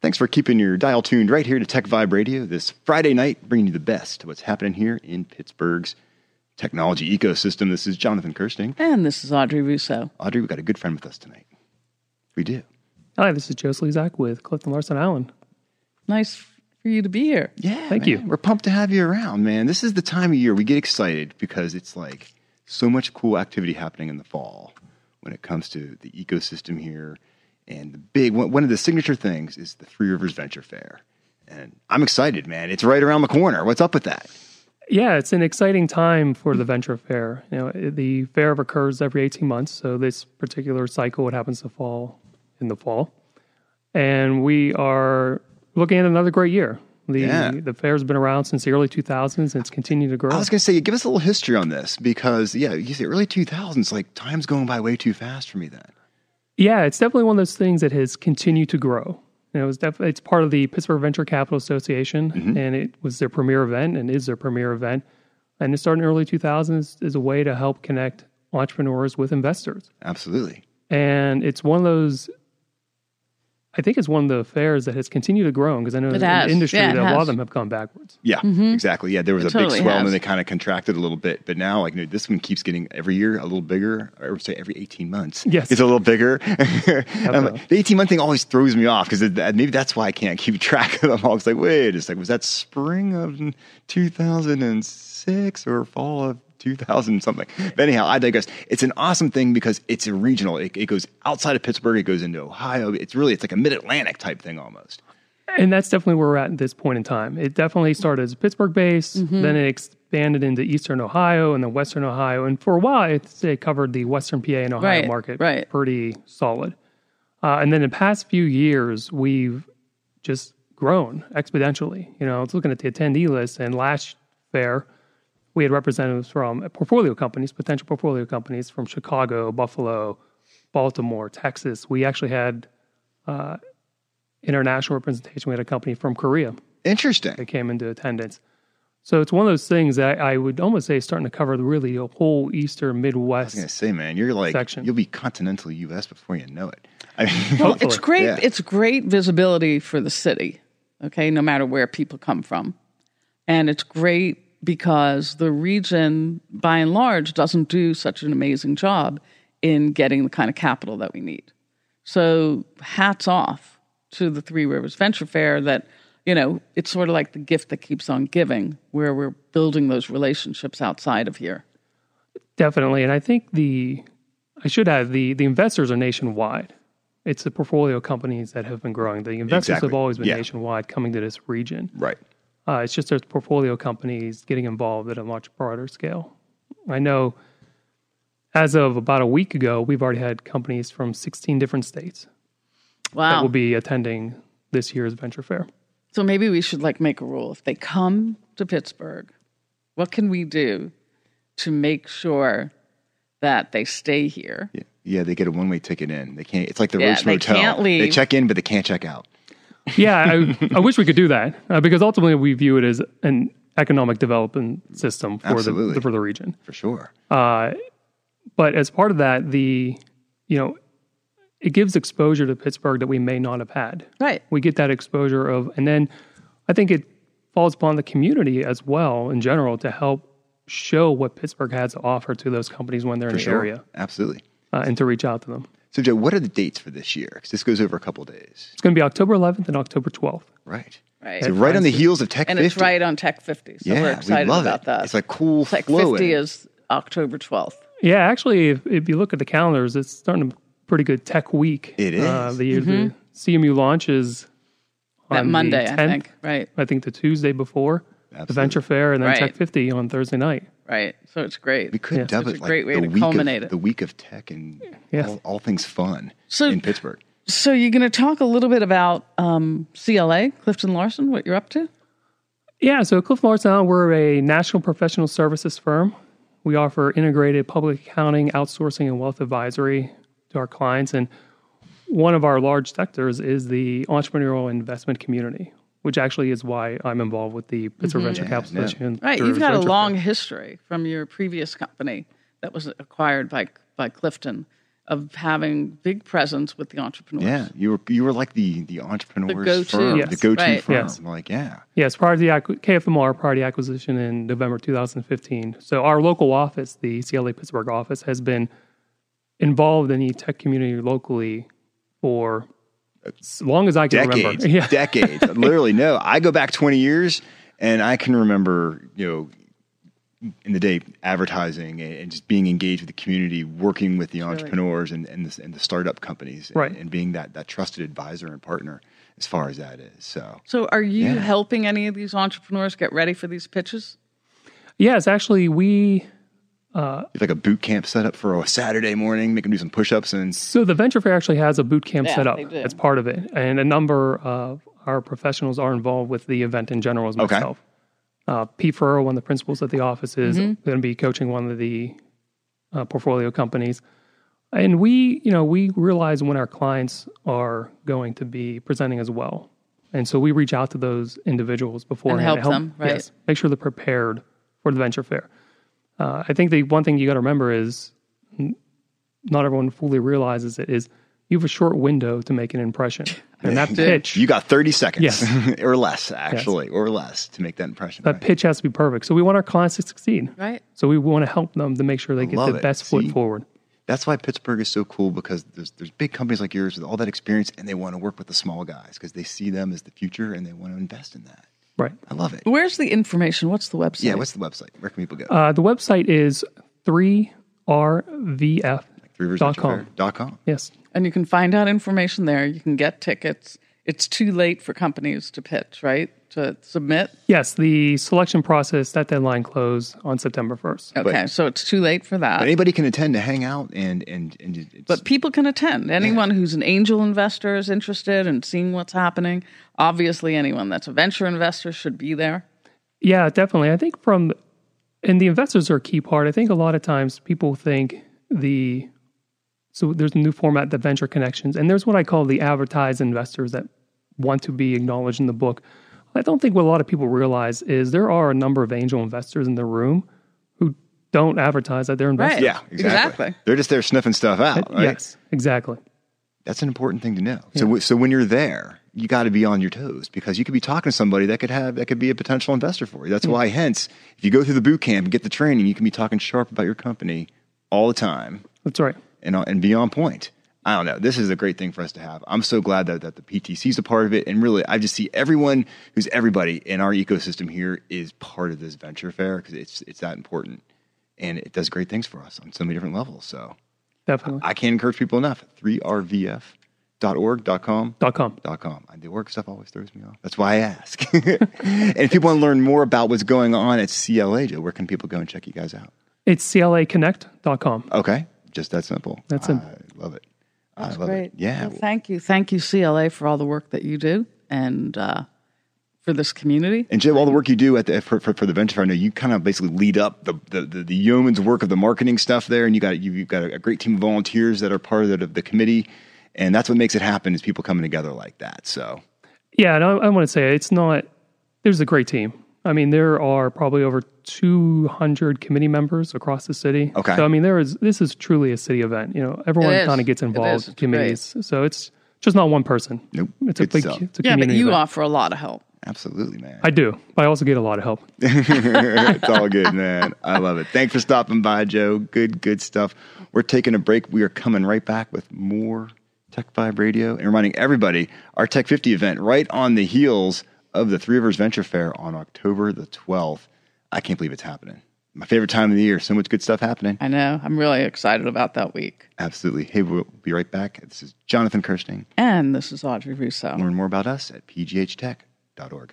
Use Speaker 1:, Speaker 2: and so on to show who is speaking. Speaker 1: Thanks for keeping your dial tuned right here to Tech Vibe Radio this Friday night, bringing you the best of what's happening here in Pittsburgh's technology ecosystem. This is Jonathan Kirsting.
Speaker 2: And this is Audrey Russo.
Speaker 1: Audrey, we've got a good friend with us tonight. We do.
Speaker 3: Hi, this is Joe Slezak with Clifton Larson Allen.
Speaker 2: Nice for you to be here.
Speaker 1: Yeah.
Speaker 3: Thank
Speaker 1: man.
Speaker 3: you.
Speaker 1: We're pumped to have you around, man. This is the time of year we get excited because it's like so much cool activity happening in the fall when it comes to the ecosystem here. And the big one, one of the signature things is the Three Rivers Venture Fair. And I'm excited, man. It's right around the corner. What's up with that?
Speaker 3: Yeah, it's an exciting time for the venture fair. You know, it- the fair occurs every 18 months, so this particular cycle it happens to fall in the fall. And we are looking at another great year. The
Speaker 1: Yeah.
Speaker 3: the fair's been around since the early 2000s and it's continued to grow.
Speaker 1: I was going to say, give us a little history on this because, yeah, you say early 2000s, like time's going by way too fast for me then.
Speaker 3: Yeah, it's definitely one of those things that has continued to grow. You know, it was def- it's part of the Pittsburgh Venture Capital Association, and it was their premier event and is their premier event. And it started in early 2000s as a way to help connect entrepreneurs with investors.
Speaker 1: Absolutely.
Speaker 3: And it's one of those, I think it's one of the fairs that has continued to grow because I know in the
Speaker 2: has.
Speaker 3: industry
Speaker 2: Yeah, it
Speaker 3: that a lot
Speaker 2: has.
Speaker 3: of them have gone backwards.
Speaker 1: Yeah, exactly. Yeah, there was
Speaker 2: Mm-hmm. It
Speaker 1: a big
Speaker 2: totally
Speaker 1: swell and
Speaker 2: has.
Speaker 1: then they kind of contracted a little bit. But now, like, you know, this one keeps getting every year a little bigger, or I would say every 18 months.
Speaker 3: Yes.
Speaker 1: It's a little bigger. And I'm like, the 18 month thing always throws me off because maybe that's why I can't keep track of them all. It's like, wait, it's like, was that spring of 2006 or fall of 2000 something? But anyhow, I digress. It's an awesome thing because it's a regional. It, it goes outside of Pittsburgh, it goes into Ohio. It's really, it's like a mid Atlantic type thing almost.
Speaker 3: And that's definitely where we're at at this point in time. It definitely started as Pittsburgh based,
Speaker 2: Mm-hmm.
Speaker 3: then it expanded into Eastern Ohio and then Western Ohio. And for a while, I'd say it covered the Western PA and Ohio
Speaker 2: Right,
Speaker 3: market
Speaker 2: right.
Speaker 3: pretty solid. Uh, and then in the past few years, we've just grown exponentially. You know, I was looking at the attendee list, and last fair, we had representatives from portfolio companies, potential portfolio companies from Chicago, Buffalo, Baltimore, Texas. We actually had international representation. We had a company from Korea
Speaker 1: Interesting.
Speaker 3: that came into attendance. So it's one of those things that I would almost say is starting to cover really a whole Eastern Midwest.
Speaker 1: I was gonna say, man, you're like
Speaker 3: Section.
Speaker 1: you'll be continental U.S. before you know it. I mean,
Speaker 2: Well, it's great.
Speaker 1: Yeah.
Speaker 2: It's great visibility for the city. Okay, no matter where people come from, and it's great because the region, by and large, doesn't do such an amazing job in getting the kind of capital that we need. So hats off to the Three Rivers Venture Fair. That you know, it's sort of like the gift that keeps on giving, where we're building those relationships outside of here.
Speaker 3: Definitely. And I think the, I should add, the, the investors are nationwide. It's the portfolio companies that have been growing. The investors have
Speaker 1: Exactly.
Speaker 3: always been
Speaker 1: Yeah.
Speaker 3: nationwide coming to this region.
Speaker 1: right.
Speaker 3: Uh, it's just there's portfolio companies getting involved at a much broader scale. I know as of about a week ago, we've already had companies from 16 different states that
Speaker 2: Wow.
Speaker 3: will be attending this year's venture fair.
Speaker 2: So maybe we should like make a rule. If they come to Pittsburgh, what can we do to make sure that they stay here?
Speaker 1: Yeah, yeah. They get a one-way ticket in. They can't. It's like the
Speaker 2: Yeah,
Speaker 1: Roach
Speaker 2: they
Speaker 1: Motel.
Speaker 2: can't
Speaker 1: They
Speaker 2: leave.
Speaker 1: check in, but they can't check out.
Speaker 3: Yeah, I, I wish we could do that uh, because ultimately we view it as an economic development system for
Speaker 1: Absolutely.
Speaker 3: the for the region.
Speaker 1: For sure.
Speaker 3: But as part of that, the you know it gives exposure to Pittsburgh that we may not have had.
Speaker 2: Right.
Speaker 3: We get that exposure of, and then I think it falls upon the community as well in general to help show what Pittsburgh has to offer to those companies when they're in the
Speaker 1: Sure.
Speaker 3: area
Speaker 1: Absolutely.
Speaker 3: uh, and to reach out to them.
Speaker 1: So, Joe, what are the dates for this year? Because this goes over a couple days.
Speaker 3: It's going to be October 11th and October 12th.
Speaker 1: Right.
Speaker 2: Right.
Speaker 1: So right on the heels of Tech
Speaker 2: and
Speaker 1: 50.
Speaker 2: it's right on Tech 50. So
Speaker 1: Yeah,
Speaker 2: we're
Speaker 1: we
Speaker 2: excited
Speaker 1: love
Speaker 2: about
Speaker 1: it.
Speaker 2: that.
Speaker 1: It's like cool
Speaker 2: Tech
Speaker 1: flow
Speaker 2: 50
Speaker 1: in.
Speaker 2: is October 12th.
Speaker 3: Yeah, actually, if, if you look at the calendars, it's starting to be pretty good tech week.
Speaker 1: It
Speaker 3: Uh,
Speaker 1: is.
Speaker 3: the, the CMU launches
Speaker 2: Mm-hmm.
Speaker 3: on
Speaker 2: That
Speaker 3: the
Speaker 2: Monday, I
Speaker 3: 10th,
Speaker 2: think. Right.
Speaker 3: I think the Tuesday before the
Speaker 1: Absolutely.
Speaker 3: Venture Fair, and then
Speaker 2: Right.
Speaker 3: Tech 50 on Thursday night.
Speaker 2: Right. So it's great.
Speaker 1: We could dub
Speaker 2: It's
Speaker 1: it
Speaker 2: a
Speaker 1: like
Speaker 2: great way
Speaker 1: the
Speaker 2: to
Speaker 1: week
Speaker 2: culminate
Speaker 1: of
Speaker 2: it.
Speaker 1: the week of tech and
Speaker 3: Yeah.
Speaker 1: all, all things fun
Speaker 2: So-
Speaker 1: in Pittsburgh.
Speaker 2: so you're going to talk a little bit about um, CLA, Clifton Larson, what you're up to?
Speaker 3: Yeah, so Cliff Lawrence now we're a national professional services firm. We offer integrated public accounting, outsourcing, and wealth advisory to our clients. And one of our large sectors is the entrepreneurial investment community, which actually is why I'm involved with the Pittsburgh Venture Capital
Speaker 1: Mm-hmm. yeah.
Speaker 3: Association.
Speaker 2: Right.
Speaker 3: through
Speaker 2: You've got a
Speaker 3: Venture
Speaker 2: long history from your previous company that was acquired by by Clifton, of having big presence with the entrepreneurs.
Speaker 1: Yeah, you were you were like the the entrepreneur's
Speaker 2: The go-to.
Speaker 1: firm,
Speaker 3: Yes.
Speaker 1: the go-to
Speaker 2: Right.
Speaker 1: firm.
Speaker 3: Yes.
Speaker 1: I'm like, yeah,
Speaker 3: Yes, prior to the acqu- KFMR, prior to the acquisition in November 2015. So our local office, the CLA Pittsburgh office, has been involved in the tech community locally for as long as I can
Speaker 1: decades,
Speaker 3: remember. Yeah,
Speaker 1: decades. Literally, no. I go back 20 years, and I can remember, you know, in the day advertising and, and just being engaged with the community, working with the entrepreneurs and and the, and the startup companies, and,
Speaker 3: Right.
Speaker 1: and being that that trusted advisor and partner as far as that is. So
Speaker 2: So, are you
Speaker 1: Yeah.
Speaker 2: helping any of these entrepreneurs get ready for these pitches?
Speaker 3: yes, actually, we
Speaker 1: it's like a boot camp setup for a Saturday morning, make them do some push-ups and
Speaker 3: So the venture fair actually has a boot camp
Speaker 2: Yeah,
Speaker 3: set up
Speaker 2: they do.
Speaker 3: as part of it, and a number of our professionals are involved with the event in general. As
Speaker 1: Okay.
Speaker 3: myself, uh, Pete Ferro, one of the principals at the office, is
Speaker 2: Mm-hmm.
Speaker 3: going to be coaching one of the uh, portfolio companies, and we, you know, we realize when our clients are going to be presenting as well, and so we reach out to those individuals beforehand
Speaker 2: help
Speaker 3: to
Speaker 2: them, right.
Speaker 3: Yes, make sure they're prepared for the venture fair. Uh, I think the one thing you got to remember is not everyone fully realizes it is you have a short window to make an impression. And that pitch,
Speaker 1: You got 30 seconds
Speaker 3: Yes.
Speaker 1: or less, actually, or less to make that impression.
Speaker 3: that pitch has to be perfect. So we want our clients to succeed.
Speaker 2: Right.
Speaker 3: So we want to help them to make sure they get
Speaker 1: love
Speaker 3: the
Speaker 1: it.
Speaker 3: best foot
Speaker 1: See?
Speaker 3: forward.
Speaker 1: That's why Pittsburgh is so cool because there's, there's big companies like yours with all that experience and they want to work with the small guys because they see them as the future and they want to invest in that.
Speaker 3: Right.
Speaker 1: I love it.
Speaker 2: Where's the information? What's the website?
Speaker 1: Yeah, what's the website? Where can people go?
Speaker 3: Uh, the website is 3rvf.com.
Speaker 1: Dot com.
Speaker 3: Yes.
Speaker 2: and you can find out information there. You can get tickets. It's too late for companies to pitch, right? To submit.
Speaker 3: Yes. The selection process, that deadline closed on September 1st.
Speaker 2: Okay,
Speaker 1: But-
Speaker 2: so it's too late for that.
Speaker 1: But
Speaker 2: But,
Speaker 1: anybody can attend to hang out and, and, and it's,
Speaker 2: people can attend. Anyone who's an angel investor is interested in seeing what's happening. Obviously, anyone that's a venture investor should be there.
Speaker 3: Yeah, definitely. I think from and the investors are a key part. I think a lot of times people think the so there's a new format, the venture connections, and there's what I call the advertised investors that want to be acknowledged in the book. I don't think what a lot of people realize is there are a number of angel investors in the room who don't advertise that they're investors.
Speaker 2: Right.
Speaker 1: yeah, exactly.
Speaker 2: Exactly.
Speaker 1: They're just there sniffing stuff out, right?
Speaker 3: Yes, exactly.
Speaker 1: That's an important thing to know. So, w- so when you're there, you got to be on your toes because you could be talking to somebody that could have that could be a potential investor for you. That's why, hence, if you go through the boot camp and get the training, you can be talking sharp about your company all the time
Speaker 3: That's right.
Speaker 1: and and be on point. I don't know. This is a great thing for us to have. I'm so glad that, that the PTC is a part of it. And really, I just see everyone who's everybody in our ecosystem here is part of this venture fair because it's, it's that important. And it does great things for us on so many different levels. So
Speaker 3: Definitely.
Speaker 1: I can't encourage people enough. 3rvf.org.com.
Speaker 3: Dot com.
Speaker 1: Dot com. The org stuff always throws me off. That's why I ask. and if people want to learn more about what's going on at CLA, Joe, where can people go and check you guys out?
Speaker 3: It's CLAconnect.com.
Speaker 1: Okay. Just that simple.
Speaker 3: That's
Speaker 1: I
Speaker 3: simple.
Speaker 1: love it. I love it. Yeah.
Speaker 2: Well, thank you. Thank you, CLA, for all the work that you do and uh, for this community.
Speaker 1: And Joe, all the work you do at the, for, for, for the venture, I know you kind of basically lead up the, the, the, the yeoman's work of the marketing stuff there, and you got you've got a, great team of volunteers that are part of the, the committee, and that's what makes it happen is people coming together like that. So
Speaker 3: Yeah, and I, I want to say it's not. There's a great team. I mean, there are probably over 200 committee members across the city.
Speaker 1: Okay.
Speaker 3: So I mean, there is this is truly a city event. You know, everyone
Speaker 2: It is.
Speaker 3: kind of gets
Speaker 2: It is.
Speaker 3: involved
Speaker 2: It's
Speaker 3: in committees. So it's just not one person.
Speaker 1: Nope. uh,
Speaker 3: It's a
Speaker 1: Good
Speaker 3: big.
Speaker 1: stuff.
Speaker 3: It's a
Speaker 2: Yeah, but
Speaker 3: community.
Speaker 2: you
Speaker 3: event.
Speaker 2: offer a lot of help.
Speaker 1: absolutely, man.
Speaker 3: I do, but I also get a lot of help.
Speaker 1: it's all good, man. I love it. Thanks for stopping by, Joe. Good, good stuff. We're taking a break. We are coming right back with more Tech Vibe Radio and reminding everybody our Tech 50 event right on the heels of the Three Rivers Venture Fair on October the 12th. I can't believe it's happening. My favorite time of the year. So much good stuff happening.
Speaker 2: I know. I'm really excited about that week.
Speaker 1: Absolutely. Hey, we'll be right back. This is Jonathan Kirsting.
Speaker 2: And this is Audrey Rousseau.
Speaker 1: Learn more about us at pghtech.org.